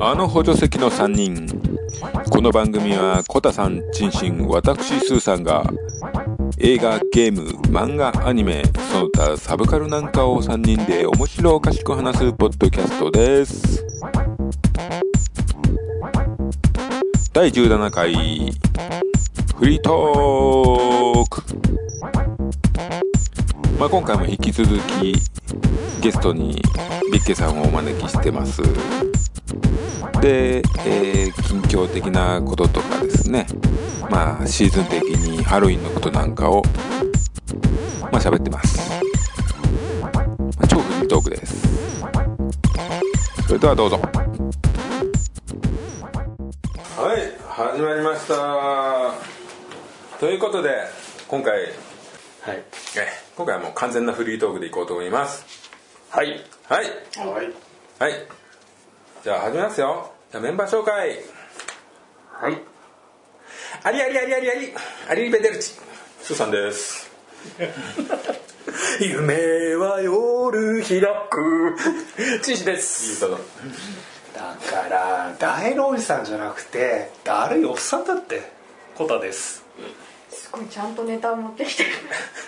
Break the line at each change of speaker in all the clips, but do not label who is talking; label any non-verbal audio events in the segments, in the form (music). あの補助席の3人この番組はコタさんチンシン私スーさんが映画ゲーム漫画アニメその他サブカルなんかを3人で面白おかしく話すポッドキャストです第17回フリートーク、まあ、今回も引き続きゲストにビッケさんをお招きしてますで、えー近況的なこととかですねまあシーズン的にハロウィンのことなんかをまあ喋ってます、まあ、超フリートークですそれではどうぞはい始まりましたということで今回
はい。
今回はもう完全なフリートークでいこうと思います
はい。
はい
はい。
はいじゃあ始めますよじゃあメンバー紹介
はい。
ありありありありありアリリベデルチスーさんです
(laughs)
夢は夜開くチンシですいい歌だ
だから、大老おじさんじゃなくて、だるいおっさんだって。コタです。
すごいちゃんとネタを持ってきてる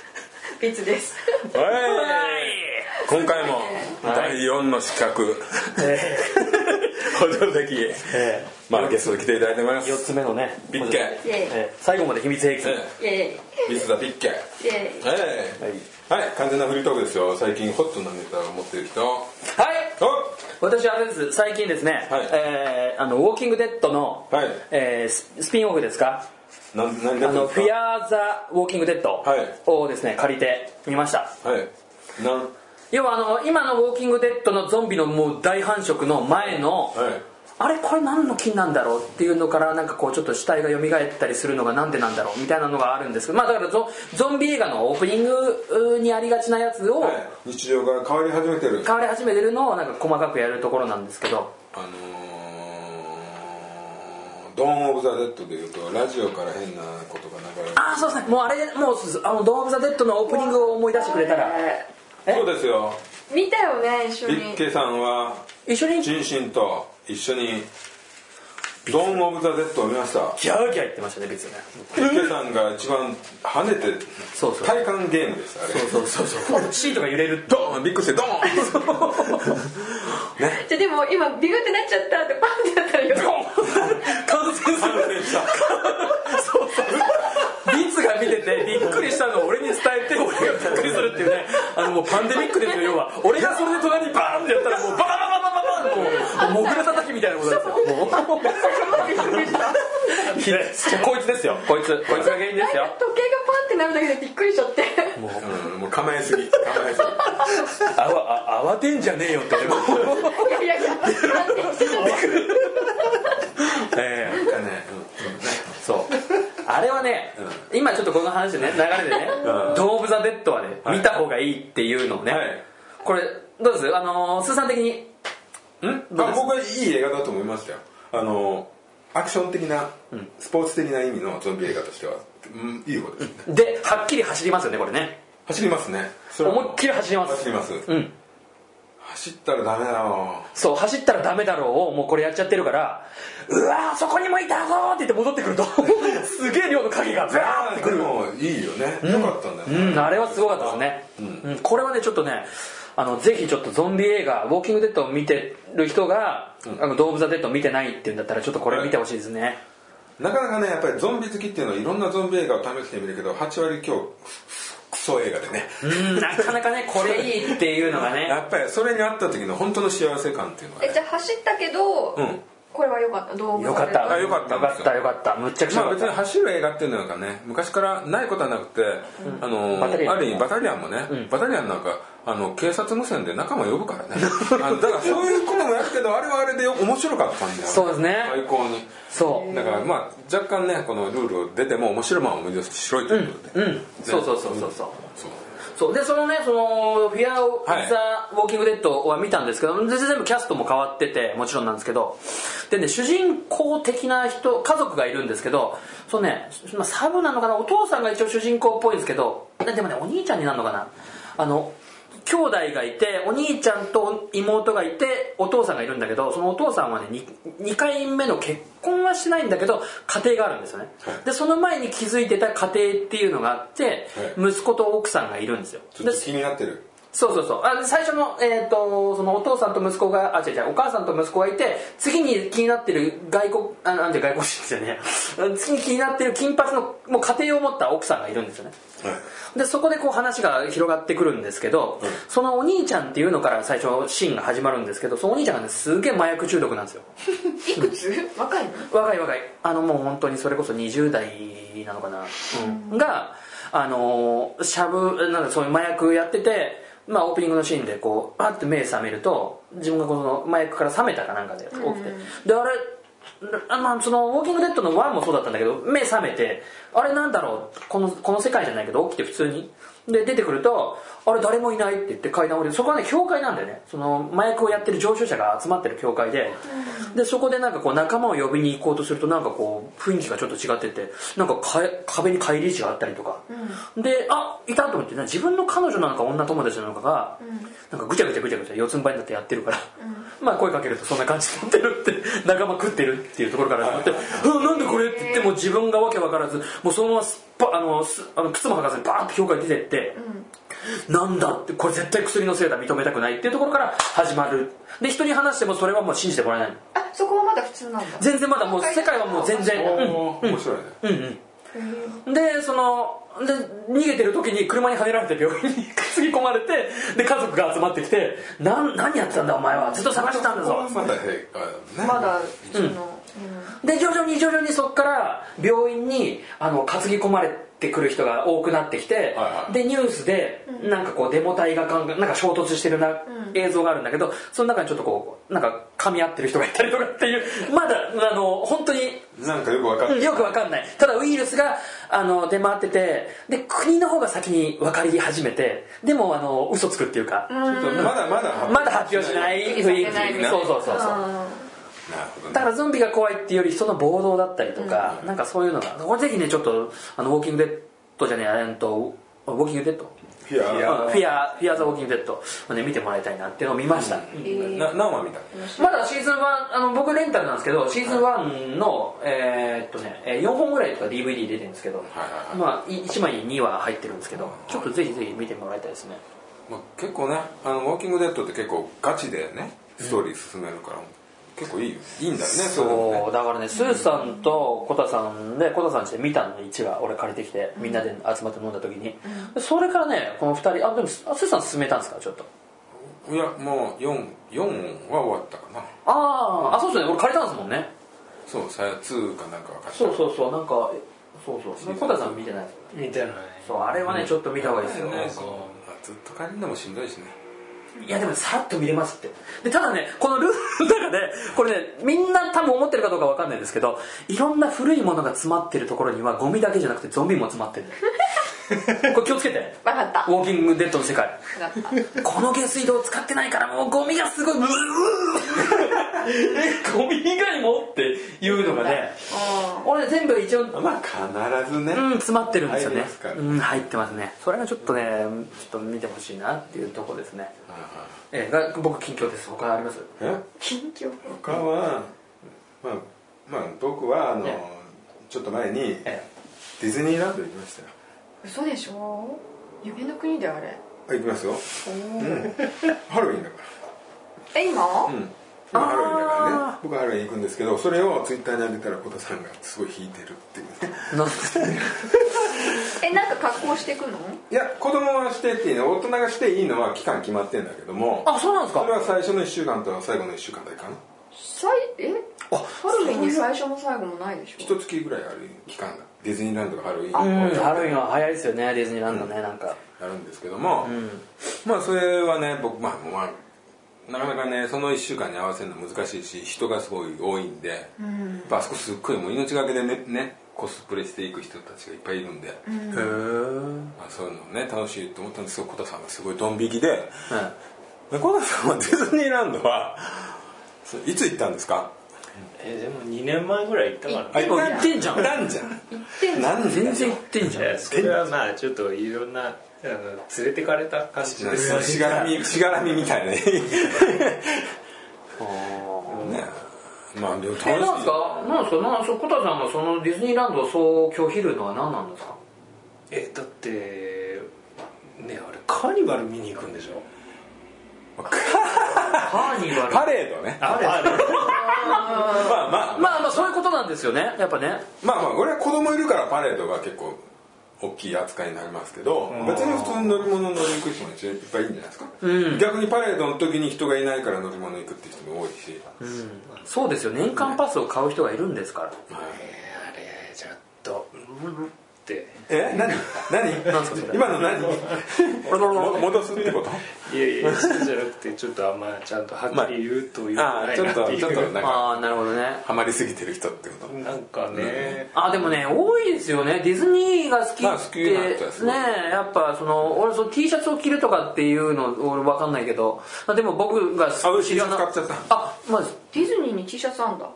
(laughs) ビツです
はい今回も第4の資格補助席へ
え
まあゲストに来ていただいてま
え、4
す
つ目のね
ビッケ
え
イエ
え最後まで秘密兵器、
え
イイエ
えビスだビッケ
イイエイ
ええはい、完全なフリートークですよ最近ホットなネタを持っている人お
はい私あれです最近ですね、
はい
ええあのウォーキングデッドの、
はい
ええススピンオフですか
なん何
あ
何
の
です
フィ
か
アー・ザ・ウォーキングデッド
はい
をですね借りて見ました
はいなん
要はあの今のウォーキングデッドのゾンビのもう大繁殖の前の、
はい
あれこれ何の菌なんだろうっていうのからなんかこうちょっと死体が蘇ったりするのがなんでなんだろうみたいなのがあるんですけどまあだからゾゾンビ映画のオープニングにありがちなやつを
はい、日常が変わり始めてる
変わり始めてるのをなんか細かくやるところなんですけど
あのー、ドーン・オブ・ザ・デッドでいうとラジオから変なことが流れる
ああそうですねもうあれもうそうそうあのドーム・ザ・デッドのオープニングを思い出してくれたらえ
そうですよ
見たよね一緒
ビ
に
ッケさんは
一緒にギャ
チンシンと一緒にドーン・オブ・ザ・デッドを見ました
ーギャー言ってましたね別にね
ビッケさんが一番跳ねて
そうそう
体感ゲームですあれ
そうそうそうシートが揺れる
ドーンびっくりしてドーン
じゃあでも今ビグってなっちゃったってパンってやったらよ
感染す
感
る
染した
そうそうリツが見ててびっくりしたのを俺に伝えて俺がびっくりするっていうねあのもうパンデミックですよ要は俺がそれで隣にバーンってやったらもうバババババババンもうもうモグラ叩きみたいなことですよもうひどいですこいつですよこいつこいつが原因ですよ
時計がパンってなるだけでびっくりしちゃって
うんもう構えすぎ構えすぎ
あわあ慌てんじゃねえよ
(laughs)
って
いやいやいやなんでちょっと
ええ
なんかね、うんね
そうあれはね、今ちょっとこの話でね流れでね
う
「
ん
ドーム・ザ・デッド」はね、
はい
見た方がいいっていうのをね、
はい
これどうですあのー、スーさん的に
んまあ僕はいい映画だと思いましたよあのアクション的な、スポーツ的な意味のゾンビ映画としては、うん、いい方ですね
ではっきり走りますよねこれね
走りますねそれはもう
思いっきり走ります
走ります、
うん
走ったらダメだよ
そう走ったらダメだろうをもうこれやっちゃってるからうわーそこにもいたぞーって言って戻ってく
(laughs)
るとすげえ量の影がブワーってくる
でもいいよね、よかったんだよ、
うんあれはすごかったですね、うんこれはねちょっとねあのぜひちょっとゾンビ映画「ウォーキング・デッド」を見てる人が「あのドーム・ザ・デッド」を見てないっていうんだったらちょっとこれ見てほしいですね、
なかなかねやっぱりゾンビ好きっていうのはいろんなゾンビ映画を試してみるけど8割今日クソ映画でね、
うん (laughs) なかなかねこれいいっていうのが (laughs) ね
やっぱりそれにあった時の本当の幸せ感っていうのが、
え
ね
じ、ゃあ走ったけど、
うん
これは良かった動画
よかった
あよかった
よかったよかったむっちゃくちゃ
まあ
よ
別
か
に
った、
走る映画っていうのなんかね昔からないことはなくて、あの
バタリアン
ある意味バタリアンもね、バタリアンなんかあの警察無線で仲間呼ぶからねあのだからそういうこともやるけどあれはあれでよ面白かったんだよ
そうですね
最高に
そう
だからまあ若干ねこのルールを出ても面白いものを目指して白いということで、
うんそうそうそうそうそう
そう
そうでそのねそのフィアオ・
はい
ザ・ウォーキング・デッドは見たんですけど全然全部キャストも変わっててもちろんなんですけどでね主人公的な人家族がいるんですけどそのねまあサブなのかなお父さんが一応主人公っぽいんですけどででもねお兄ちゃんになるのかなあの兄弟がいてお兄ちゃんと妹がいてお父さんがいるんだけどそのお父さんはね 2, 2回目の結婚はしないんだけど家庭があるんですよねでその前に気づいてた家庭っていうのがあって息子と奥さんがいるんですよ
ちょ
で
っと気になってる
そうそうそうあの最初の,、えー、とそのお父さんと息子があ違う違うお母さんと息子がいて次に気になってる外国あなんて外国人じゃね (laughs) えや次に気になってる金髪のもう家庭を持った奥さんがいるんですよねでそこでこう話が広がってくるんですけど、そのお兄ちゃんっていうのから最初シーンが始まるんですけどそのお兄ちゃんがねすげえ麻薬中毒なんですよ
いくつ若いの
若い若いあのもう本当にそれこそ20代なのかな、うん、があのーしゃぶなんかそういう麻薬やってて、まあ、オープニングのシーンでこうパッて目覚めると自分がこの麻薬から覚めたかなんかで起きて、であれあまあ、そのウォーキングデッドの1もそうだったんだけど目覚めてあれなんだろうこのこの世界じゃないけど起きて普通にで出てくるとあれ誰もいないって言って階段降りてそこはね教会なんだよねその麻薬をやってる常習者が集まってる教会ででそこでなんかこう仲間を呼びに行こうとするとなんかこう雰囲気がちょっと違っててなんかかえ壁に返り石があったりとか、であいたと思ってな自分の彼女なのか女友達なのかが、なんかぐちゃぐちゃぐちゃぐちゃ四つん這いになってやってるから、まあ声かけるとそんな感じになってるって (laughs) 仲間食ってるっていうところから始まって「うんなんでこれ?」って言ってもう自分がわけわからずもうそのまますっぱあのすあの靴も履かずにバーンと評価に出てって、なんだってこれ絶対薬のせいだ認めたくないっていうところから始まるで人に話してもそれはもう信じてもらえない
あそこはまだ普通なんだ
全然まだもう世界はもう全然、うん
おー面白いね
でそので逃げてる時に車にはねられて病院に担ぎ込まれてで家族が集まってきて「なん何やってたんだお前はずっと探してたんだぞ」
まだ平和だね
まだその、うん
で徐々に徐々にそこから病院にあの担ぎ込まれてくる人が多くなってきて、
はい
でニュースでなんかこうデモ隊がかんなんか衝突してるな映像があるんだけどその中にちょっとこうなんか噛み合ってる人がいたりとかっていうまだあの本当に
なんかよくわか
うん (laughs)
る
よくわかんないただウイルスがあの出回っててで国の方が先に分かり始めてでもあの嘘つくっていうか
まだまだ
まだ発表しない雰囲
発表しない
気そうそうそうそう
あ
なるほどね
だからゾンビが怖いっていうより人の暴動だったりとか、なんかそういうのがこれぜひねちょっとあのウォーキングデッドじゃねええーっとウォーキングデッド
いや
フィアフィアザ・ウォーキングデッドをね見てもらいたいなっていうのを見ました、
ーえー
な何話見た
まだシーズン1あの僕レンタルなんですけどシーズン1の、えーっとねえー4本ぐらいとか DVD 出てるんですけど、
はい
まあ、い1枚に2は入ってるんですけどちょっとぜひぜひ見てもらいたいですね
まあ、結構ね「あのウォーキング・デッド」って結構ガチでねストーリー進めるから、結構いいよいいんだよねそういうのね
そうだからねスーさんとコタさんでコタさんして見たの1話俺借りてきてみんなで集まって飲んだ時に、それからねこの2人あでもスあスーさん勧めたんですかちょっと
いやもう 4, 4は終わったかな
あああそうですね俺借りたんですもんね
そうさ2かなんか分かった
そうそうそうなんかえそうそうコタさん見てないですよね
みたいなね
そうあれはねちょっと見た方がいいですよ、
ねそうまあずっと借りるのもしんどいしね
いやでもさらっと見れますってでただねこのルールの中でこれねみんな多分思ってるかどうかわかんないですけどいろんな古いものが詰まってるところにはゴミだけじゃなくてゾンビも詰まってる (laughs) これ気をつけて
わかった
ウォーキングデッドの世界
わかった
この下水道使ってないからもうゴミがすごいううう (laughs) えゴミ以外もっていうのがね俺ね全部一応
まあ必ずね、
うん、詰まってるんですよ
入
ね
りますから
うん、入ってますねそれがちょっとねちょっと見てほしいなっていうとこですね、えーが僕近況です他あります
え
緊張
他はまあまあ僕はあの、
え
ちょっと前にデ
え
ィズニーランド行きましたよ
嘘でしょ夢の国であれ
あ行きますよ、うん、ハロウィンだから
え今、
うん、まあハロウィンだからね僕はハロウィン行くんですけどそれをツイッターに上げたらコタさんがすごい引いてるっていうね
なん
えなんか格好していくの
いや子供はしてっていいの大人がしていいのは期間決まってんだけども
あそうなんです
それ
か
は最初の1週間と最後の1週間だけかな
最えハロウィンに最初も最後もないでしょ
一月ぐらいある期間がディズニーランドがハロウィン
うん
を
ハロウィンは早いですよねディズニーランドね、なんか
やるんですけども、まあそれはね僕まあもうまあなかなかねその1週間に合わせるの難しいし人がすごい多いんで、やっぱあそこすっごいもう命がけでねねコスプレしていく人たちがいっぱいいるんで、
へえ
まあ、そういうのね楽しいと思ったんですけどコタさんがすごいドン引きで「でコタさんはディズニーランドはそいつ行ったんですか?」
えでも2年前ぐらい行ったから
あ今
行
行
っ
っててんじゃん行ったんじゃん
行ってんじゃん
なん全然
ってんじゃん
いやそれはまあちょっといろんなあの連れてかれた感じですね
しがらみしがらみみたいなねまあでも楽しい
えなんですかなんですかなんそう小田さんがそのディズニーランドをそう拒否るのは何なんですか
えだってねあれカーニバル見に行くんでしょ
カーニバル
パレードね
あれ
まあまあ
まあまあそういうことなんですよねやっぱね
まあまあ俺は子供いるからパレードが結構大きい扱いになりますけど別に普通に乗り物乗りに行く人もいっぱいいるんじゃないですか、逆にパレードの時に人がいないから乗り物行くって人も多いし、
そうですよ年間パスを買う人がいるんですから
あれちょっとうんって
え何何
なんすかそれ
今の (laughs) 何も戻すってこと
いやいやそうじゃなくてちょっとあんまちゃんとはっきり言うという
ああ
ない
ちょ
な
っ
って
と
い
ちょっと
う
なんか
ああなるほどね
ハマりすぎてる人ってこと
なんかね
あでもね多いですよねディズニーが好き
まあ好
っ
き
て
な人はすごい
ねやっぱその俺その T シャツを着るとかっていうの俺分かんないけどあでも僕が
あ
好
俺
き
T シャツ買っちゃった
あまあ
ディズニーに T シャツあんだ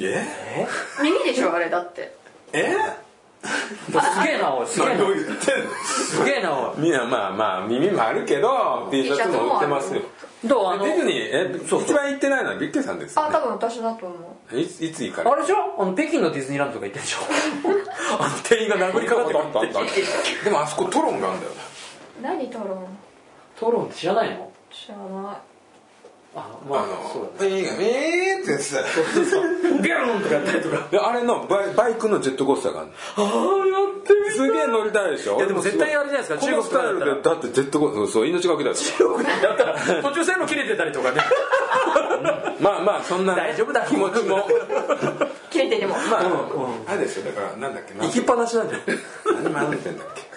え
耳でしょあれだって
え
すげえなおいすげえ
何
な
を言ってんの
すげえなおい
みんなまあまあ耳もあるけど T シャツも売ってますよ
どうあ
デ
の
ィズニーえ一番行ってないのはビッケさんです
あ
よ、ね
多分私だと思う
いついつ行かれ
あれでしょあの北京のディズニーランドとか行ってんでしょあの店員が殴りかかってくるっていう
でもあそこトロンがあるんだよ
何だろう
トロンって知らないの
知らな
あ
あ
まあそう
の
だね (laughs)
映画えーってやつだ
ビューンとかやったりとか
であれのバイバイクのジェットコースターがあるの
ああやってみ
すげえ乗りたいでしょ
いやでも絶対あれじゃないですか
この
中
ス
国から
タイ
だったら
ルでだってジェットコースターそう命がけだよ
だったら途中線路切れてたりとかね
まあまあそん
(laughs)
な
大丈夫だ
気持ちも
い切れてでも
まあ、あれですよだからなんだっけな
(laughs) 行きっぱなしなんだよ
何マウンテンだっけ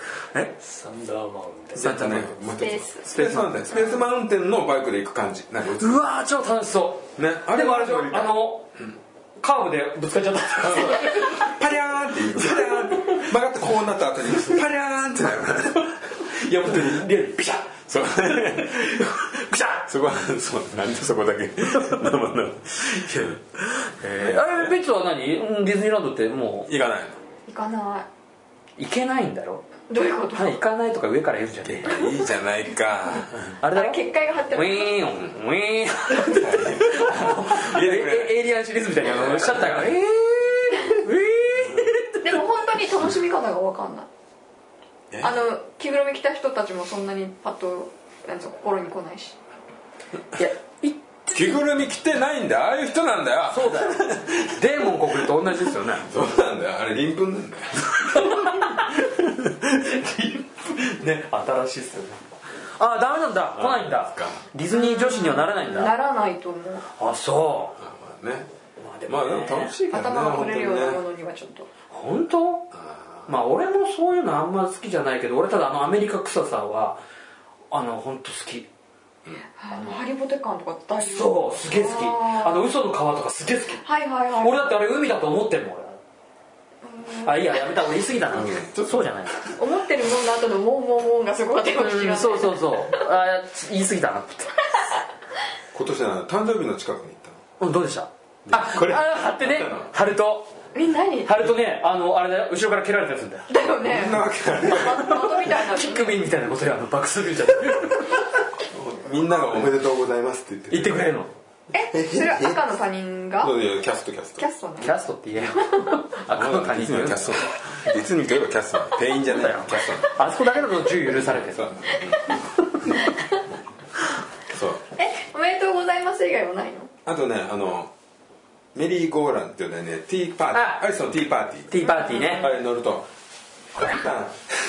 サンダーマンみたいな
さんちゃんね
ス
ペース
スペースマウンテンスペースマウンテンのバイクで行く感じなんか
うわー超楽しそう
ねあ
で
れ
も
は
あれでしょあのカーブでぶつかっちゃった
パリャーンっていう (laughs) パリャーンって曲がってこうなった後に (laughs) パリャーンってなる
(laughs) いや本当にリアルビシャッ
そう (laughs)
ビシャッ
そこはそうなんでそこだけ生々しいえ
あれ別は何うんディズニーランドっても
ー行かない
行かな
う行けないんだろ
いどういうこと
はい行かないとか上から言うんじゃねえ
のいいじゃないか
あれだろ
結界が張って
ウ
る
ィ (laughs) ーンウィーン
入れてくれ
エイリアンシリーズみたいなのしちゃったからえーウィーン
でも本当に楽しみ方が分かんない
え
あの着ぐるみ着た人たちもそんなにパッとなんつうの心に来ないし
いやい
着ぐるみ着てないんだよああいう人なんだよ
そう (laughs) だよデーモン国と同じですよね
そうなんだよあれ鱗粉なんだよ
ね新しいっすよねあダメなんだ来ないんだディズニー女子にはならないん
な
だ
らないと思う
あそ
まあね
う
まあでも楽しいからね
頭が取れるようなも
本
のにはちょっと
本当まあ俺もそういうのあんま好きじゃないけど俺ただあのアメリカ臭さはあの本当好き
あのハリボテ感とか大丈夫
そうすげえ好きあの嘘の川とかすげえ好き
はいはいはい
俺だってあれ海だと思ってんもん俺あいいややめた俺言い過ぎだな、そうじゃない
思ってるもんの後のモンモンモンがすごかったかもしれない
そうそうそうあ言い過ぎだなって
当にね今年は誕生日の近くに行ったの
うんどうでしたあこれあ貼ってね貼ると
え何
貼るとねあのあれだよ後ろから蹴られたやつんだよ
だよね
なわけない
元みたいな
キックビンみたいなことやあのバックスビンじ (laughs) ゃん
みんながおめでとうございますって言って
言ってくれるの
えそれは赤の他人が
そういやキャストキャスト
キャストね
キャストって言えよ (laughs) あこの他人
いつにはキャストだいつにといえばキャストだ店員じゃないキャストだ
あそこだけだと銃許されて
そう
さ
(laughs) なんだそう
えおめでとうございます以外はないの
あとねあのメリーゴーランっていうのはねティーパーティ
あ
ーアリスのティーパーティー
ティーパーティーね
あれ乗ると「おめでと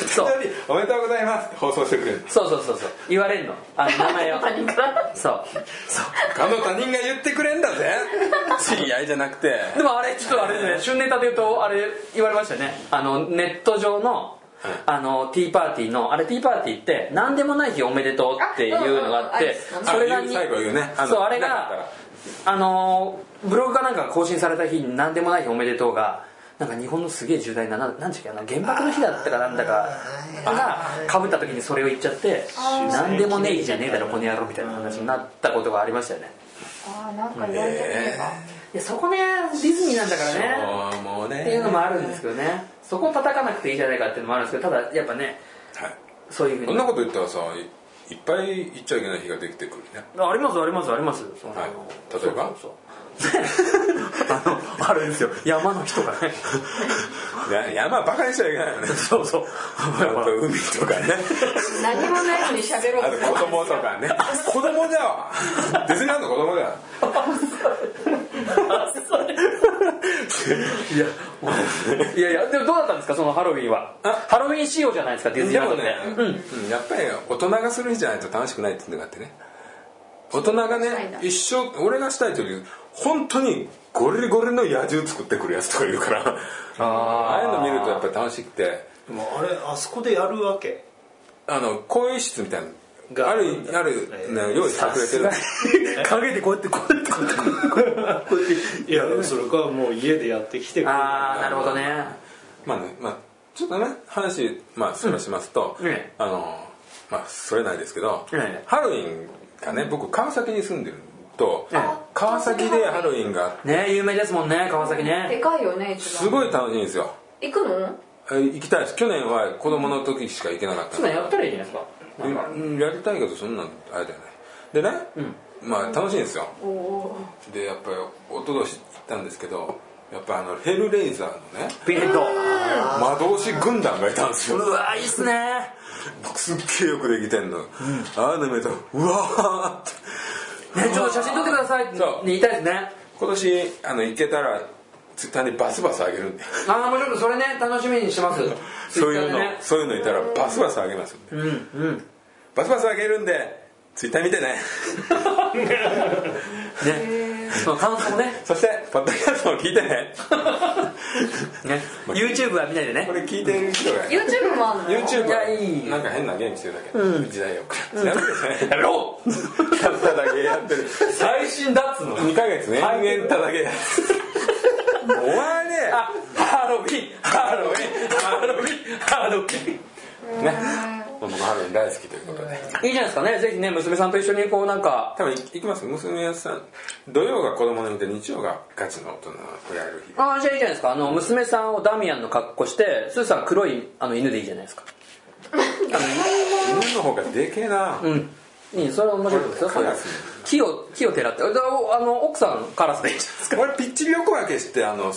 そう
うおめでとうございます」って放送してくれる
そうそうそうそう言われんのあの名前
(laughs)
を
他人から
そう
あの他人が言ってくれん
(laughs)
だぜ知り合いじゃなくて
でもあれちょっとあれですね旬ネタで言うとあれ言われましたよねあのネット上のあのティーパーティーのあれティーパーティーって何でもない日おめでとうっていうのがあっ
あ
て
うんうん
あ
それが
言
に
う最後言うねの
そうあれ
なかったら
があのーブログかなんかが更新された日に何でもない日おめでとうがなんか日本のすげえ重大なななんちゅうかな原爆の日だったかなんだかがかぶった時にそれを言っちゃって何でもねえ日じゃねえだろこの野郎みたいな話になったことがありましたよね
あーなんか言われてみれば、
いやそこねディズニーなんだからね
そうもうね
っていうのもあるんですけどねそこ叩かなくていいじゃないかっていうのもあるんですけどただやっぱね
はい
そういうふう
そん
に
なこと言ったらさいいっぱい言っちゃいけない日ができてくるね
あありますありますありますその
はい例えば
そう (laughs) そうそうあのあれですよ山の木とかね
や山バカにしちゃいけないよ (laughs) ね
そうそう
あと海とかね (laughs)
何もないのに喋ろ
あ
う
と
と
子供とかね (laughs) 子供だわディズニーランド子供だよ
いやもういやいやでもどうだったんですかそのハロウィンはハロウィン仕様じゃないですかディズニー
で
ランドっ
も
て、
ね、うんやっぱり大人がする日じゃないと楽しくないっていうのがあってね大人が
そう
ね
なんだ
一生俺がしたい時本当にゴリゴリの野獣作ってくるやつとかいるからああいうの見るとやっぱり楽しくて
でもあれあそこでやるわ
(laughs)
け
あの更衣室みたいなの
が
あるある、ね
えー
用意してくれてる
影でこうやってこうやってこうやってこうやって
いやそれかもう家でやってきてくれる
ああなるほどね
まあね、まあ、ちょっとね話、まあ、すましますと、
うんええ
あのまあそれないですけど、
ええ
ハロウィンがね僕川崎に住んでると、
ええ
川崎でハロウィンがあって
ね有名ですもんね川崎
で
ね
かいよね一
す
番
ごい楽しいんですよ
行くの
え行きたいです去年は子供の時しか行けなかった
そんなんやったらいいじゃないですか
うんやりたいけどそんなんあれだよねでね、まあ楽しいんですよ
おお
でやっぱりおととし行ったんですけどやっぱあのヘルレイザーのね
ピンヘッド
魔導士軍団がいたんです
う
よ
わいいっすね
すっげえよくできてんの、ああいうの見るとうわーって
ねちょっと写真撮ってくださいって
そう
言いたいですね
今年あの行けたらツイッターにバスバスあげるんで
ああもうちょっとそれね楽しみにしてます
(laughs) そういう
Twitter
の、
でね
そういうのいたらバスバスあげますん
う
で、
んうん
バスバスあげるんでツイッター見てね
ねその感想 (laughs) もね
そしてポッドキャストも聞いてね
ね YouTube は見ないでね
これ聞いてる人が
YouTube もあんの
YouTube
いやいい
はなんか変なゲームしてるだけ、時代をやめてやろうやっただけやってる
最新だっつうの
2ヶ月ね延々ただけや (laughs) ってるお前ね
あハロウィンハロウィンハロウィンハロウィン
ね僕ハロウィン大好きということで
いいじゃないですかねぜひね娘さんと一緒にこうなんか
多分行きます娘さん土曜が子供の日で日曜がガチの大人をやる日
ああじゃあいいじゃないですかあの娘さんをダミアンの格好してスーさん黒いあの犬でいいじゃないですか
犬の方がでけえな、
うんいいそれは面白いですよそれは木を木をてらってだあの奥さんカラスでいいじ
俺ピッチリ横分けしてあの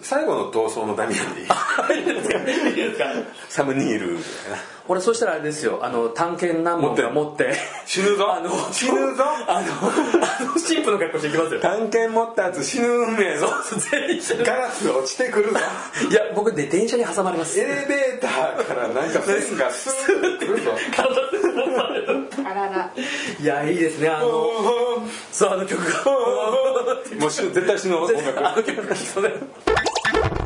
最後の闘争のダミアンでいい
ゃないですかいいですか
(laughs) サム・ニールみたいな
俺そしたらあれですよあの探検難問が持って
死ぬぞ
あの
死ぬぞ
あのあの神父の格好していきますよ
探検持ったやつ死ぬ運命ぞ
全員一緒に
ガラス落ちてく (laughs) るぞ
いや僕で電車に挟まれます
エレベーターからなんか線がスーッてくるぞ
あらら
いやいいですねあのそうあの曲が
もう死ぬ絶対死ぬ音楽
(laughs)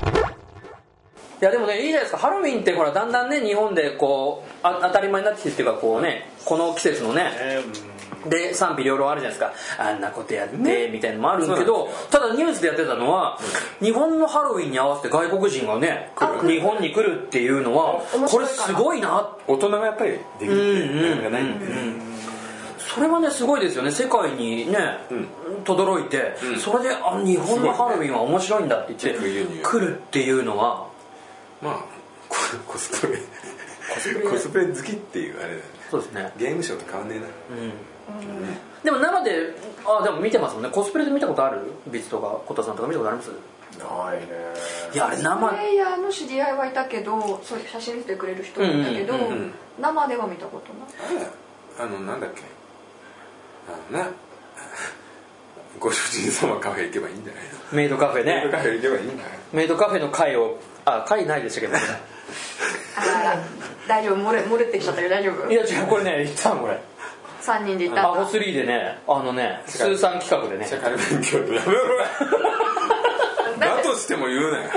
いやでもねいいじゃないですかハロウィンってほらだんだんね日本でこうあ当たり前になってきてっていうかこうねこの季節のね
えーうん
で賛否両論あるじゃないですかあんなことやってみたいのもあるんけどただニュースでやってたのは日本のハロウィンに合わせて外国人がね日本に来るっていうのは
面
こ
白
れ
いかな
すごいなって
大人がやっぱりできるってがないんでね
それはねすごいですよね世界にねとどろいてそれであ日本のハロウィンは面白いんだって言っ
すごいね
て来るっていうのは
まあココスプレコスプレ好きっていうあれだよね
そうですね
ゲームショーと変わんねえな
でも生であでも見てますもんねコスプレで見たことあるビツとかコタさんとか見たことあります
ないね
いやあれ
プ
生
レイヤーの知り合いはいたけどそう写真見てくれる人はいたけど、
うんうん
うんうん
生では見たことない
あのなんだっけあのなご主人様カフェ行けばいいんじゃない
メイドカフェ
のカ
ね
フェ行けばいいんじゃない
メイドカフェの会をあ会ないでしたけど (laughs) ね
あらら大丈夫漏れ漏れてきちゃったよ大丈夫
いや違うこれね言ったのこれ
3人でいたん
ア
だ
ホ3でねあのねスーさん企画でね
社会勉強やめろだとしても言うなよ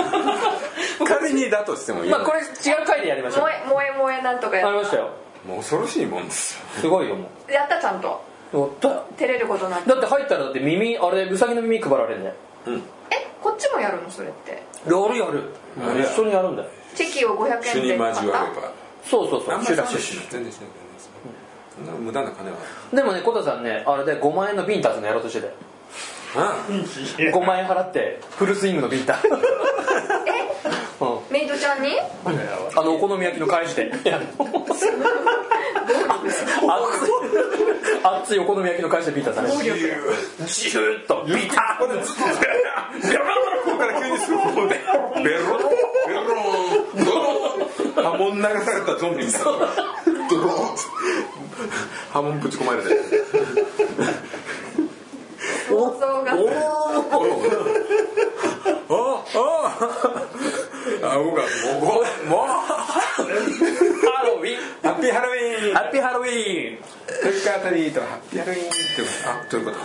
(laughs) 仮にだとしても言うな
まあ
よ
これ違う回でやりましょう
萌え萌え萌えなんとかや
あり
っ
ましたよ
もう恐ろしいもんですよ
すごいよも
たやったちゃんと
うやったよ
照れることなく
だって入ったらだって耳あれウサギの耳配られるんだよ
えこっちもやるのそれって
やるやる
あれや
一緒にやるんだよ
チェキを500
主
円
に
で買っ
交わ
た
れば
そうそうそう
あんまり
シュ
全
ラシュ
然し
シ
ない全然しないそんな無駄な金は
でもねコタさんねあれで5万円のビンタするのやろうとしてたよ
うん
5万円払ってフルスイングのビンタうん
メイドちゃんに
(laughs) あのお好み焼きの返しであ熱いお好み焼きの返しでビンタされるシューッとビタ
これずっとベロンここから急にスープでベロンベロンドロン波紋流されたゾンビみたいなドロン波紋ぶち込まれて
想像が
あああ僕はもうもう
ハロウィン
ハッピーハロウィーン
ハッピーハロウィン
トリックアトリートハッピーハロウィーンってあどういう
(laughs)
こ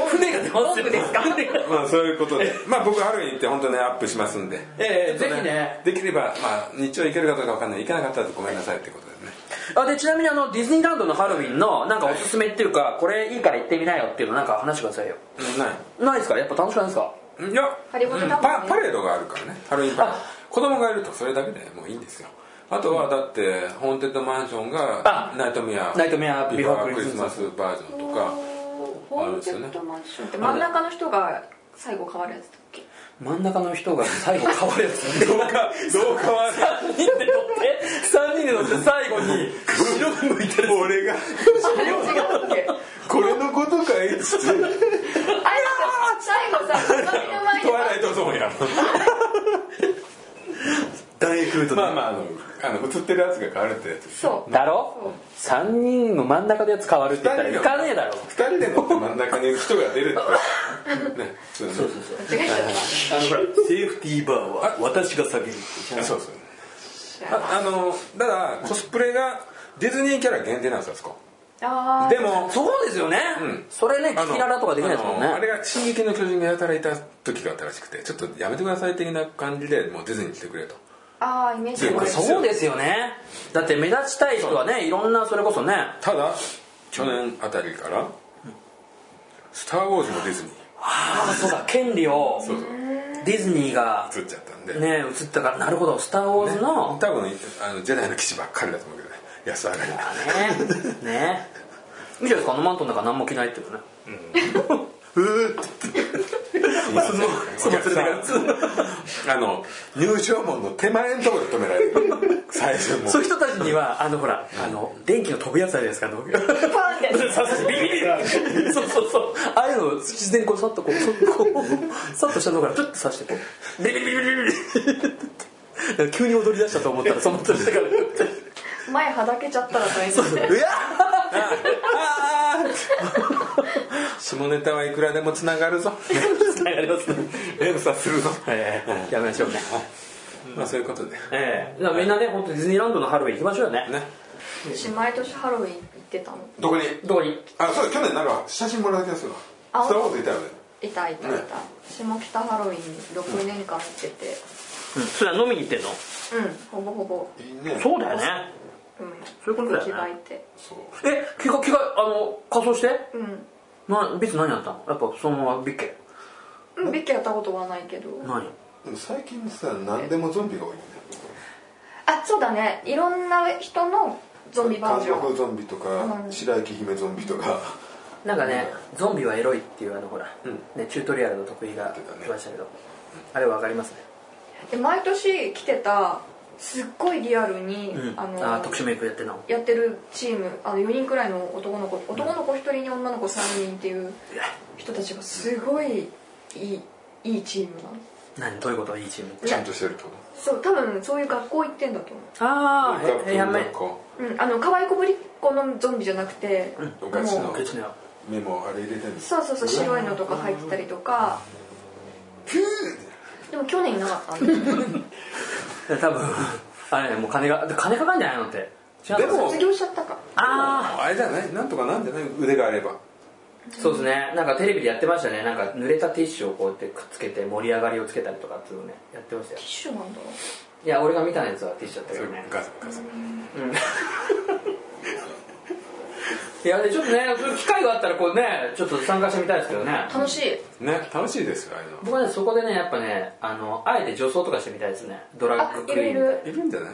と
船が出ますよですか
まあそういうことでまあ僕ハロウィーンって本当ねアップしますんで
ええぜひね
できればまあ日曜行けるかどうかわかんない行けなかったらごめんなさいってことでね
あでちなみにあのディズニーランドのハロウィンのなんかおすすめっていうかこれいいから行ってみなよっていうのなんか話してくださいよ
ない
ないですかやっぱ楽しくないですか
いや
ハリボテだもんね
パパレードがあるからねハロウィンパレード子供がいるとそれだけでもういいんですよあとはだってホーンテッドマンションが
あ
ナイトメア
ナイトメア
ビフォークリスマ
ビ
スバージョンとか
ホームテッドマンションって真ん中の人が最後変わるやつだっけ
真ん中の人が最後変わるやつ
どうか
(laughs)
どう変わる
3人で乗って3人で乗って最後に
白向いてる俺が
あれ違うっけ
これのことかいっつって
あれ最後さ鏡の前に
問わないとそう (laughs) や
大空とね
まあまああのあの映ってるやつが変わるってやつ
そう
だろ3人の真ん中のやつ変わるって言ったら行かねえだろ
二人で乗って真ん中に人が出るってねそうそう
間違えちゃった
あのほらセーフティーバーは私が叫ぶ
そうそうああのただコスプレがディズニーキャラ限定なんですよあそこ
あ
でも
そうですよね、
ん
それね
あ
キ
の
キララとかできないですもんね
あのあれが「進撃の巨人」がやたらいた時があったらしくてちょっとやめてください的な感じでもうディズニーに来てくれと
あああイメージ
でも
が
そ
そうですよねだって目立ちたい人はねいろんなそれこそね
ただ去年あたりから「スター・ウォーズ」もディズニ
ああそうだ権利を
そうそう
ディズニーが
ー映っちゃったんで、
ね映ったからなるほど「スター・ウォーズ
多
の」
分あのジェダイの騎士ばっかりだと思うけどね安上がりな
ねねいいじゃないですかあのマントの中何も着ないっていうね
(laughs) そのそのあの入場門の手前のところで止められ (laughs) る最初も
そういう人たちにはあのほらあの電気の飛ぶやつあるじゃないですかあの
パンって
さすビビビそうそうそうああいうのを自然にこうさっとこうそっとこうさっとしたのからちょっと刺してこうビビビビビビビって急に踊り出したと思ったらそのとしてから
前はだけちゃったら大変
うわ
下ネタはいくらでもつながるぞ
っやりますね
連鎖するぞ、
ええやめましょうね
まあそういうことで
ええじゃあみんなね本当ディズニーランドのハロウィン行きましょうよね
ね
私毎年ハロウィン行ってたの
どこに
どこに
あそう去年なんか写真もらえたやつが
あ
スター・ウォーズいたよね
いたいたいた下北ハロウィン6年間行ってて
それは飲みに行ってんの
うんほぼほぼ
いいね
そうだよね
うん
そういうことだ
着
よ
替
ね
えて
そう
え着替え着替えあの仮装して
うん
な別何やったのやっぱそのままビッケ
うんビッケやったことはないけど
何
でも最近さ何でもゾンビが多いね
あそうだねいろんな人のゾンビバージ
韓
ョン
国ゾンビとか
うん
白雪姫ゾンビとか
なんかねゾンビはエロいっていうあのほらねチュートリアルの得意が
たね
来ましたけどあれわかりますね
で毎年来てたすっごいリアルに、
うん
あ
あ
の
ー特殊メイクやってんの
やってるチームあの4人くらいの男の子男の子1人に女の子3人っていう人たちがすごいいいいいチームなの
何どういうこといいチームって
ちゃんとしてるってこ
そう多分そういう学校行ってんだと思
と
あ
学
あやめ
学校
う、うん、あの可愛い子ぶりっ子のゾンビじゃなくて、
お菓子の
ケチのよ
メモあれ入れてるんです
そうそうそう白いのとか入ってたりとかでも去年いなかったんで
多分 (laughs) あれねもう金が金かかんじゃないのって違う
でも
卒業しちゃったか
ああ
あれじゃないなんとかなんじゃない腕があれば
そうですねなんかテレビでやってましたねなんか濡れたティッシュをこうやってくっつけて盛り上がりをつけたりとかっていうのねやってましたよ
ティッシュなんだ
いや俺が見たやつはティッシュだったけ
そ
ど
れ
ね
ガサガサ
いやでちょっとねそういう機会があったらこうねちょっと参加してみたいですけどね
楽しい
ね楽しいですよああいうの
僕はねそこでねやっぱねあのあえて女装とかしてみたいですねドラ
あ
ッグ
い
クイ
る
ーン
いる
いるんじゃない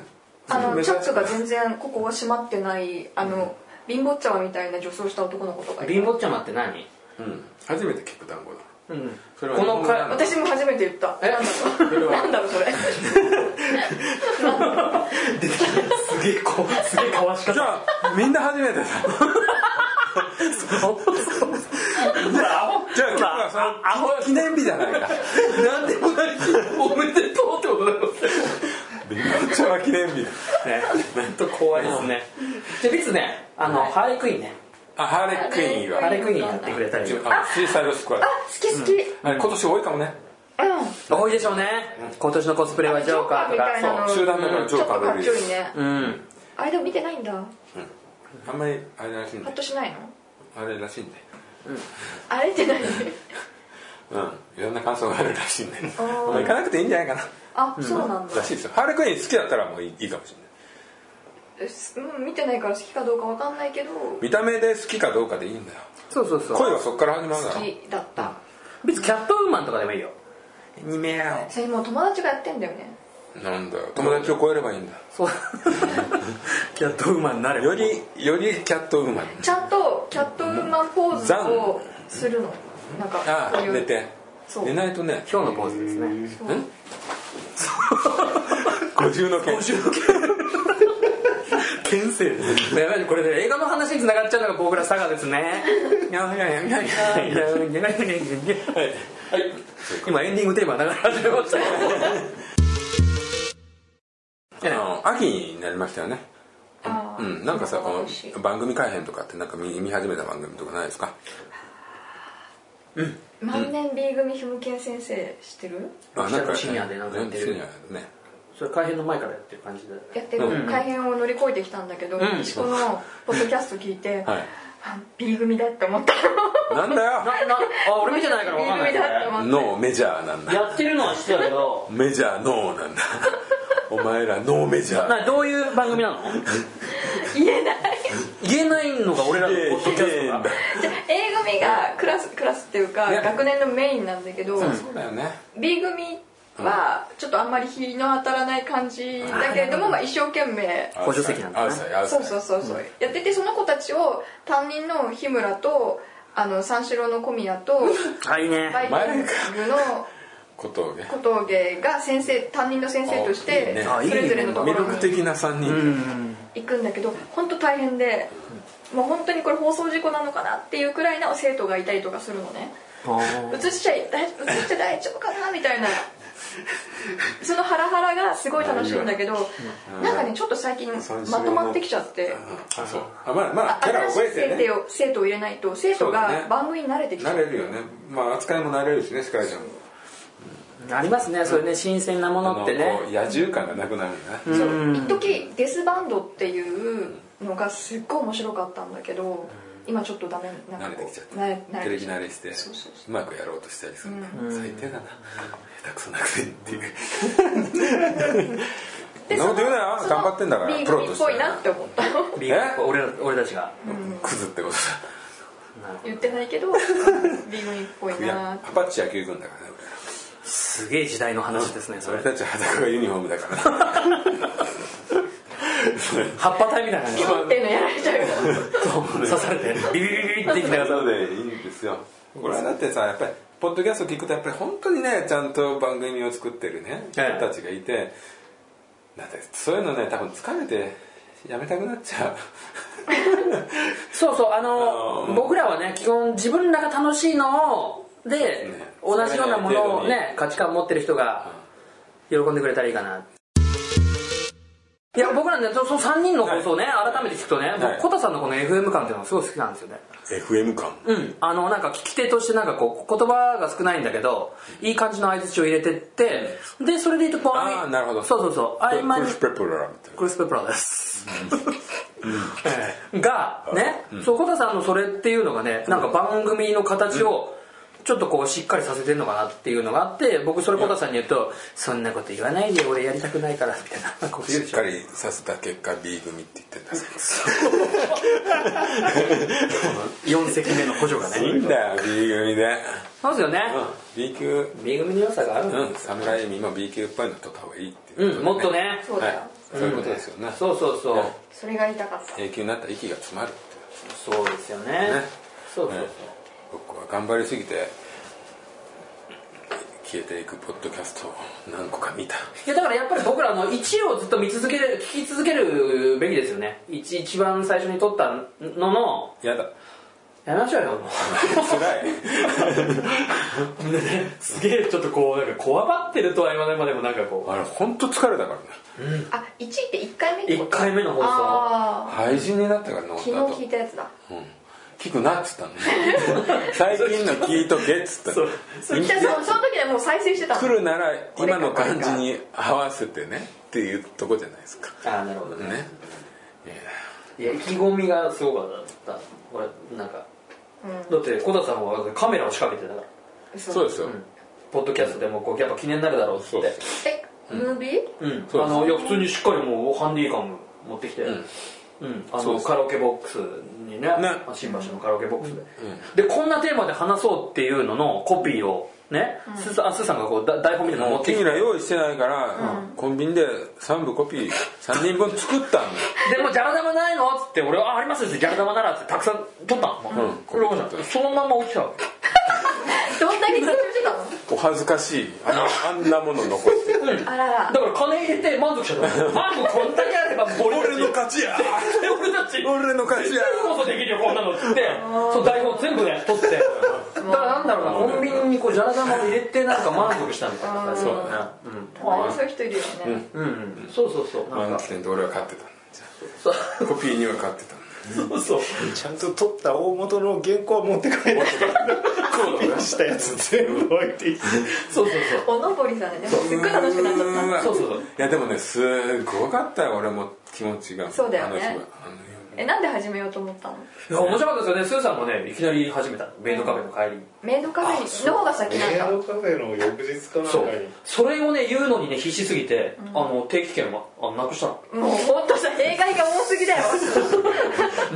あのチャックが全然ここは閉まってないあの貧乏茶碗みたいな女装した男の子とかいる
貧乏ちゃまって何
うん初めて聞く単語だ
うん
それは
この
日本語な
か
私も初めて言った
(laughs) え
なんだろうそれ
すげえこうすげえかわし
じ
方
ゃあみんな初めてだじゃあ今日はその
アホ
記念日じゃないか
なんでもないおめでとうってことだよ
ビッグチャワ記念日
ねなんと怖いですねじゃあリツねあの、ハーレクイーンね
あハーレークイーン
ハー
は
レクイーンやってくれたり
あシーサイドスクワッ
あ好き好き、
トあれ今年多いかもね
多いでしょうね今年のコスプレはジョーカーと
ジョーカーみたい
か
なの
集団だからジ
ち
ョ
ょっ
ー
と
カ
か
ー
っ
出
ちょ
る
いいね
そううん
あれでも見てないんだ
あんまりあれらしいん
パ
で
ッとしないの
あれらしいんで
あれって何
うんいろんな感想があるらしいんで
あー
まあ行かなくていいんじゃないかな
あそうなんだ
らしいですよハーレークイーン好きだったらもういいいいかもしれないう
っすうん見てないから好きかどうかわかんないけど好
見た目で好きかどうかでいいんだよ
そうそうそう
恋はそっから始まるんだろ
きだった
別にキャットウーマンとかでもいいよ
にめよ
それもう友達がやってんだよね
なんだよ友達を超えればいいんだ
そうキャットウーマンになれ
よりよりキャットウーマン
ちゃんとキャットウーマンポーズをするのなんか
あ
こうい
あ
う
寝て
そう
寝ないとね
今日のポーズですね
五重の剣
天性やばいこれね映画の話に繋がっちゃうのが僕ら佐賀ですねはい今エンディングテーマ流れ始めました
あの秋になりましたよね
あ
う
ー
んなんかさこ
美味しい
の番組改編とかってなんか見見始めた番組とかないですか
万年 B 組ひむけん先生知ってる
あなんか
シニアでなんかやってる
シニアでね
それ改編の前からやってる感じで
やってる改編を乗り越えてきたんだけど
ん
石子のポッドキャスト聞いて
はい
あ B 組だって思った
なんだよ
ななあ俺見てないから分かんない
B 組だって思った
ノーメジャーなんだ
やってるのは知ってたけど
メジャーノーな
(laughs)
んだお前らノーメジャー
などういう番組なの
言えない
言えないのが俺らのポッドキャストだ
A 組がクラスクラスっていうか
ね
学年のメインなんだけど
そうだよね
B 組はちょっとあんまり日の当たらない感じだけれども、まあ、一生懸命
補助席なんだね
アウトサイドアウトサ
そ
イド
うそうそうそうやっててその子たちを担任の日村とあの三四郎の小宮と
あいいね
バイキングの
小峠
小峠が先生担任の先生とし
あいいね
て
あいい
そ
ね
れぞれのとこ
魅
ろ
力
に
的な3人、
行くんだけど本当大変でもう本当にこれ放送事故なのかなっていうくらいの生徒がいたりとかするのね。映しちゃい大映して大丈夫かなみたいなそのハラハラがすごい楽しいんだけどなんかねちょっと最近まとまってきちゃって
あそうあまだまだ
あ
キャラ
新し
覚
い
えて
生
ね
徒を生徒を入れないと生徒
そうだ
が
ね
番組に慣れてきちゃ
慣
う
れるよねまあ扱いも慣れるしねスカイちゃんも
ありますねそういうね新鮮なものって
あの
ね
こう野獣感がなくなるよね、
そう一時デスバンドっていうのがすっごい面白かったんだけど今ちょっとダメなんか
慣れ
こ
てきちゃっ
う
た
慣れ慣
テ
れ
レ
て
ビ
きちゃ
慣
う
れして
そうそう
うまくやろうとしたりするんだ、最低だな下手くそなくせにっていう
で
そんなこと言うなよ
その
頑張ってんだから
その
プロとして
ビーグルっぽいなって思った
ビー俺ら俺たちが
クズってことだ
言ってな
(laughs)
いけどビーグルっぽい
い
な
や
って
アパッチ野球軍だからね
すげえ時代の話ですねそ
俺
れ
ら俺たち裸がユニフォームだから
葉っぱ隊みたいな
(laughs)
感じ
ピョンっていうのやられちゃうよ
刺されてビビビビビっていきながら
(laughs) なのでいいんですよこれはだってさやっぱりポッドキャスト聞くとやっぱり本当にねちゃんと番組を作ってるね人
ええ
たちがいてだってそういうのね多分疲れてやめたくなっちゃう
そうそうあの
あの
僕らはね基本自分らが楽しいのをで
ね
同じようなもの
そ
を
れがね
ね価値観を持ってる人が喜んでくれたらいいかないや僕らねそその3人の放送ね改めて聞くとね
はい
僕コタさんのこの FM 感っていうのがすごい好きなんですよね
FM 感
うん、あのなんか聞き手としてなんかこう言葉が少ないんだけどいい感じの相槌を入れてってでそれでいいとこう
あーなるほど
そうそうそう合間
ク
に
リス・ペプラーみたいな
クリス・ペプラーです、ええがね、そう小田さんのそれっていうのがねなんか番組の形をちょっとこうしっかりさせてるのかなっていうのがあって僕それ小田さんに言うと「そんなこと言わないで俺やりたくないから」みたいなこう
しっかりさせた結果 B 組って言ってんだ
4席目の補助が
いいん
ね
だよ B 組で
そうですよね、
B 級
B 組の良さがある
うん侍海も B 級っぽいの取った方がいいっていうう、
ん、もっとね
そうだよ
はそういうことですよね、
そうそうそう、
ね
それが痛かった
永久になったら息が詰まるって
そうですよねそうそうそう、
ね僕は頑張りすぎて消えていくポッドキャストを何個か見た
いやだからやっぱり僕らの一をずっと見続ける聞き続けるべきですよね一一番最初に撮ったのの
やだ
やめましょうよも
辛い (laughs)
うね
(laughs) すげえちょっとこうなんかこわばってるとは言わないまでもなんかこ
あれ本当疲れたからね
あ1位って1回目ってこと
一回目の放送
あ
廃人になったからね
あ
本
昨
当だと
日聞いたやつだ
聞くなっつったの最近の聞いとけっつったの
そしたらそのその時はもう再生してたの
来るなら今の感じに合わせてねっていうとこじゃないですか
あーなるほどね
ね
いや意気込みがすごかったこれなんか、だって小田さんはカメラを仕掛けてたから
そうですよ、
ポッドキャストでもこうやっぱ記念になるだろうっつ
そ
っ
うそう
て
えムービー
うん
そう
あのいや普通にしっかりもうハンディカム持ってきて、うん
ん
あ
そ
の
うです
カラオケボックスにね
ね
新橋のカラオケボックスで、でこんなテーマで話そうっていうののコピーをね、すあすーさんがこうだ台本みたいなの持
も
っ
う
てきて
君ら用意してないから、コンビニで3部コピー3人分作ったん
でもう「じゃら玉ないの?」っつって「俺はああります」っつって「じゃら玉なら」っつってたくさん取ったの、もうこれをそのまま落ちたわけ
どんだけ緊張してた
お
の
恥ずかしいあのあんなもの残して
あら
だ
ら
から金入れて満足しちゃった (laughs) のあもうこんだけあれば俺の
勝ちや
(laughs) 俺たち
俺の勝ちや
全部こそできるよこんなのっつってその台本全部ね取って (laughs) だからなんだろうなコンビニにこうじゃら玉を入れてなんか満足したみたいなそうだね
たまにそういう人いるよね
うんうんそうそうそうなん
満
か
喫点で俺は勝ってたんだじゃ
そう
あコピーには勝ってたんだ
そうそう
ちゃんと撮った大元の原稿は持って帰ってコピーしたやつ全部置いていって
そうそう
おのぼりさんでねもうすっごい楽しくなっちゃった
そうそうそう
いやでもねすごかったよ俺も気持ちが
そうだよね
あの日は
えなんで始めようと思ったの
いや面白かったですよねスーさんもねいきなり始めたのメイドカフェの帰りに
メイドカフェの方が先なん
メイ
だ
ドカフェの翌日かなん
そう
かに
それをね言うのにね必死すぎてあの定期券はあなくしたの
もうほんとさ弊害が多
(laughs)
すぎだよ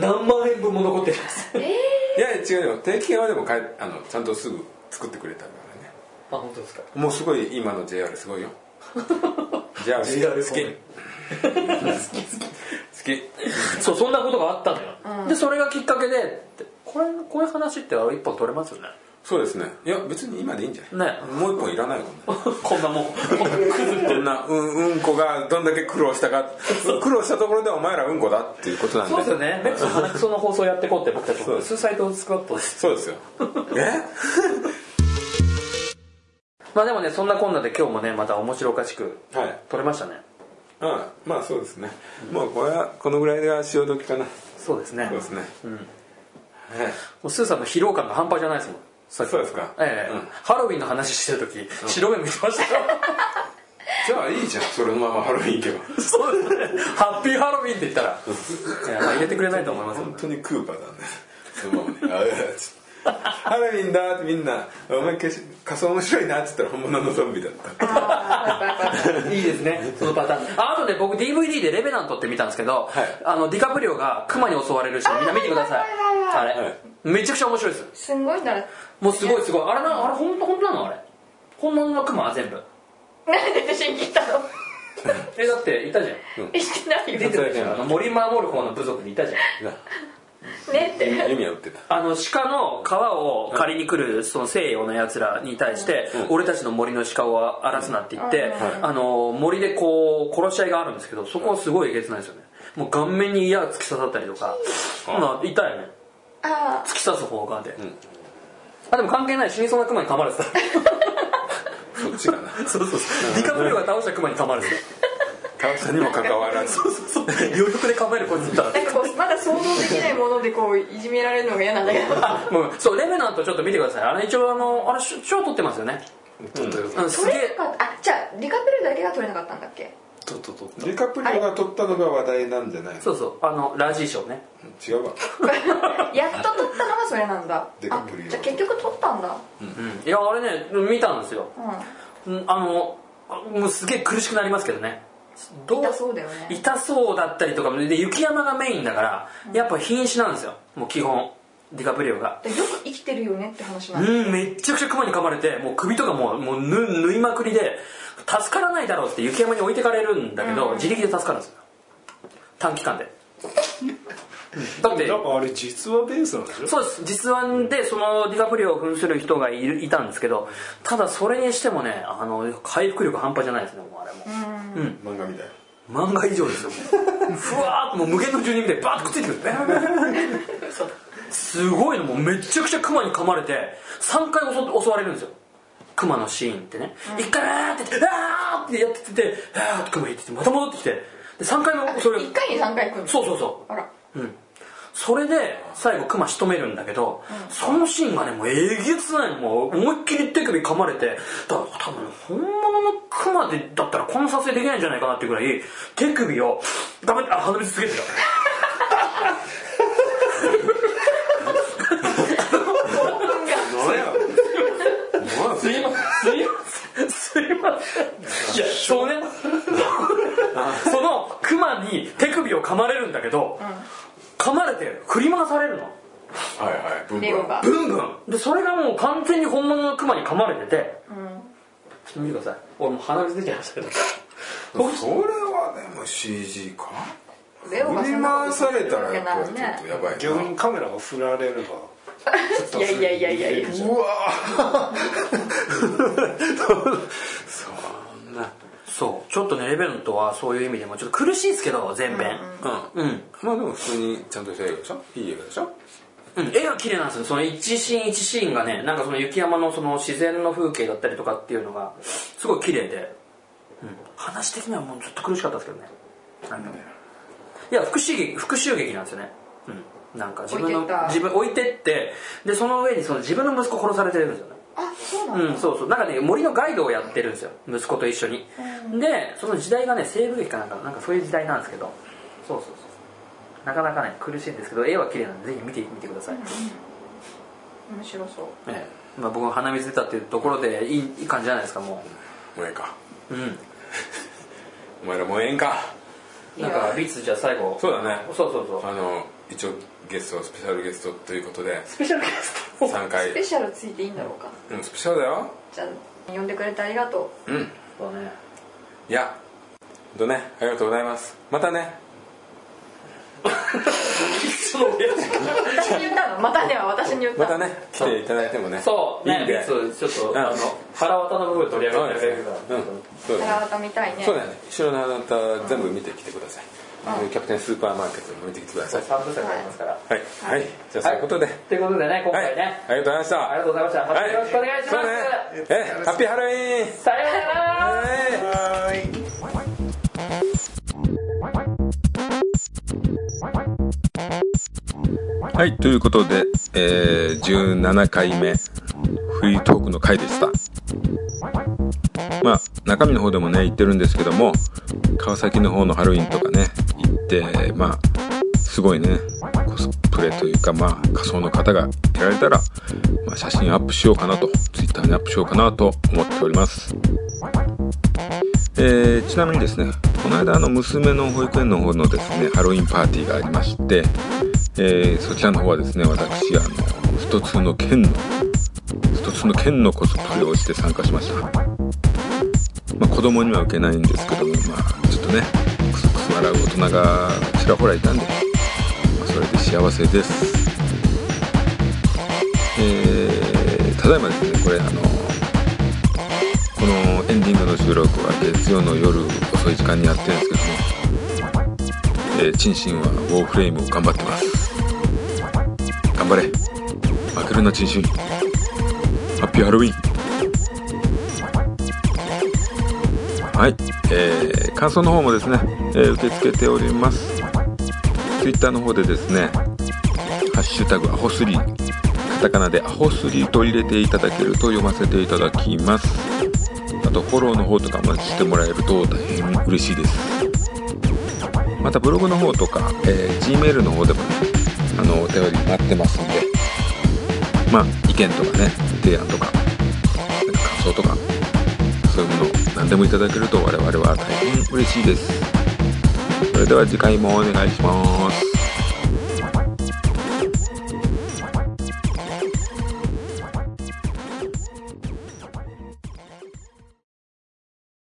何万円分も残ってるんです
え
いや違うよ定期券はでもかえあのちゃんとすぐ作ってくれたからね
あ本当ですか
もうすごい今の JR すご
(laughs)
いよ JR 好き好き好き
そうそんなことがあったのよ、でそれがきっかけでってこれこういう話ってあれ一本取れますよね
そうですねいや別に今でいいんじゃない、
ね
もう一本いらないかも
(laughs)
ね
こんなもんこんなクズみた
こ
い
ん
な
なうんうんこがどんだけ苦労したか苦労したところでお前らうんこだっていうことなんで
そうですよねネクスト鼻くその放送やってこうって僕たち
そう
スーサイドスクワットです
そうですよえ
まあでもねそんなこんなで今日もねまた面白おかしく
はい
撮れましたね
あまあそうですねもうこれはこのぐらいが潮時かな
そうですね
そうですねうんはい
もうスーさんの疲労感が半端じゃないですもんさっき
そうですか
ええ
うん
ハロウィンの話してる時、白目見てましたよ
じゃあいいじゃんそれのままハロウィン行けば
そうですねハッピーハロウィンって言ったらいやまあ入れてくれないと思いますよ
本当にクーパーだねそのままねあーちょっとハロウィンだってみんな「お前けし仮装面白いな」っつったら本物のゾンビだっ
(laughs)
た
いいですねそのパターンああとね僕 DVD で「レベナント」って見たんですけど、
い
あのディカプリオがクマに襲われるシーンみんな見てくださいあれ、
はい
めちゃくちゃ面白いです
すんごいんだね
もうすごいすごいあれなあれ本当本当なのあれ本物のクマ全部
なんで私に切ったの
えだっていたじゃん
(laughs) 言ってないよ
出てたじゃんあの森守る方の部族にいたじゃん
ねって
意味は売ってた
あの鹿の皮を借りに来るその西洋のやつらに対して、俺たちの森の鹿を荒らすなって言って、あの森でこう殺し合いがあるんですけどそこはすごいえげつないですよねもう顔面に矢が突き刺さったりとか、まあ、いたよね
あ
突き刺す方がで、あでも関係ない死に (laughs) そうなクマに噛まれてた
そっち (laughs) かな
そうそうそうディカプリオが倒したクマに噛まれてた
川さんにもかかわらず
そうそうそう余力で構えるこいつだっ (laughs)
あなんかこうまだ想像できないものでこういじめられるのが嫌なんだけど (laughs)
たもうそうレベナントちょっと見てくださいあれ一応あのあれ賞取ってますよねうんす
取
げ
れ
え
なかったあじゃあリカペルだけが取れなかったんだっけ
とっとと
デカプリオが撮ったのが話題なんじゃない
そうそうあのラジー賞ね
違うわ
(laughs) やっと取ったのがそれなんだ
デカ
あ
プリオ
じゃあ結局取ったんだ
うんいやあれね見たんですよ
う
うんあのあもうすげえ苦しくなりますけどねど
ん痛そうだよね
痛そうだったりとかで雪山がメインだからやっぱ瀕死なんですよもう基本ディカプリオが
でよく生きてるよねって話な
う
の
んめっちゃくちゃクマに噛まれてもう首とかもうもう縫縫いまくりで助からないだろうって雪山に置いてかれるんだけど、自力で助かるんですよ短期間でうんだって
なんかあれ実話ベースなんでしょ
そうです実話でそのディカプリオを扮する人がいるいたんですけどただそれにしてもねあの回復力半端じゃないですねもうあれも
漫画みたい
漫画以上ですよもうふわーっともう無限の住人みたいにバーッとくっついてくるベラベラベラベラすごいのもうめちゃくちゃクマに噛まれて3回襲襲われるんですよクマのシーンってね、一1回あーってやってあーってやっててあーってクマ行っててまた戻ってきてで3回もそれ
1回に3回来るの
そうそうそう
あら
うん、それで最後クマ仕留めるんだけど、そのシーンがねもうえげつないもう思いっきり手首噛まれてだから多分本物のクマでだったらこの撮影できないんじゃないかなっていうぐらい手首をダメあ鼻水つけてたすいませんすいませんいやそうねそのクマに手首を噛まれるんだけど、噛まれて振り回されるの
はいはい文
レゴが
ブンブンでそれがもう完全に本物のクマに噛まれてて、ちょっと見てください俺もう鼻水出てましたけど僕
それはでも CG か
レオが
振
そ
り
んなこと
回
す
さ
る
れたら
わ
や
け
っ
な
ぱ
い
りちょっとやばい
逆
な
にカメラが振られれば
いやいやいやいやいや
うわ
そうちょっとねレベルトはそういう意味でもちょっと苦しいですけど全編うん、うん
まあでも普通にちゃんとした映画でしょいい映画でしょ
絵が綺麗なんですよその一シーン一シーンがねなんかその雪山のその自然の風景だったりとかっていうのがすごい綺麗で、うん、話的にはもうちょっと苦しかったですけどねなんかねいや復讐劇復讐劇なんですよねうんなんか自分の
置いてった
自分置いてってでその上にその自分の息子殺されてるんですよね
あそうなんだ
うん、そうそうなんかね森のガイドをやってるんですよ息子と一緒に、でその時代がね西部劇かなんかなんかそういう時代なんですけどそうそうそうなかなかね苦しいんですけど絵は綺麗なんでぜひ見てみてください、
面白そう
ええまあ、僕が鼻水出たっていうところでいいいい感じじゃないですかも
もうええか
ううん
お前らもうええんか
なんかビーツじゃあ最後
そうだね
そうそうそう
あの一応ゲストスペシャルゲストということで
スペシャルゲスト
3
スペ
回
シャルついていいんだろうか
うんスペシャルだよ
じゃあ呼んでくれてありがと
うん
そうね
いやほんとねありがとうございますまたね
その親父
う私に言ったのまたねは私に言った
またね来ていただいてもね
そうね
いいんで
ビーツちょっと、
うん
あの腹渡の部分取り上
そう
げ
で
て
す
る
ね
けど、
うんそうですね
腹渡みたいね
そうだよね後ろのあなた全部見てきてくださいあのキャプテンスーパーマーケットも見てきてください
3部作ありますから、
はいはいじゃあそういうことで
ということでね今
はい
回ね、
ありがとうございました
ありがとうございましたまた
はい
よろしくお願いします、
そうねえハッピーハロウィーン
さようなら
はい
はい、ということで、えー17回目、フリートークの回でした。まあ、中身の方でもね、言ってるんですけども、川崎の方のハロウィンとかね、行って、まあ、すごいね、コスプレというか、まあ、仮装の方がいられたら、まあ、写真アップしようかなと、ツイッターにアップしようかなと思っております。えーちなみにですね、この間、あの、娘の保育園の方のですね、ハロウィンパーティーがありまして、えーそちらの方はですね私あのスト2の剣のスト2の剣のコスプレをして参加しました、まあ、子供には受けないんですけどもまあちょっとねクスクス笑う大人がちらほらいたんで、まあそれで幸せですえーただいまですねこれあのこのエンディングの収録は月曜の夜遅い時間にやってるんですけどもえー、チンシンはウォーフレームを頑張ってます頑張れ負けるなチンシンハッピーハロウィンはい、えー、感想の方もですね、えー受け付けておりますツイッターの方でですね「ハッシュタグアホスリー」カタカナでアホスリーと入れていただけると読ませていただきますあとフォローの方とかもしてもらえると大変嬉しいですまたブログの方とか、えー Gmail の方でもねあのお便り待ってますんでまあ意見とかね提案とかなんか感想とかそういうもの何でもいただけると我々は大変嬉しいですそれでは次回もお願いします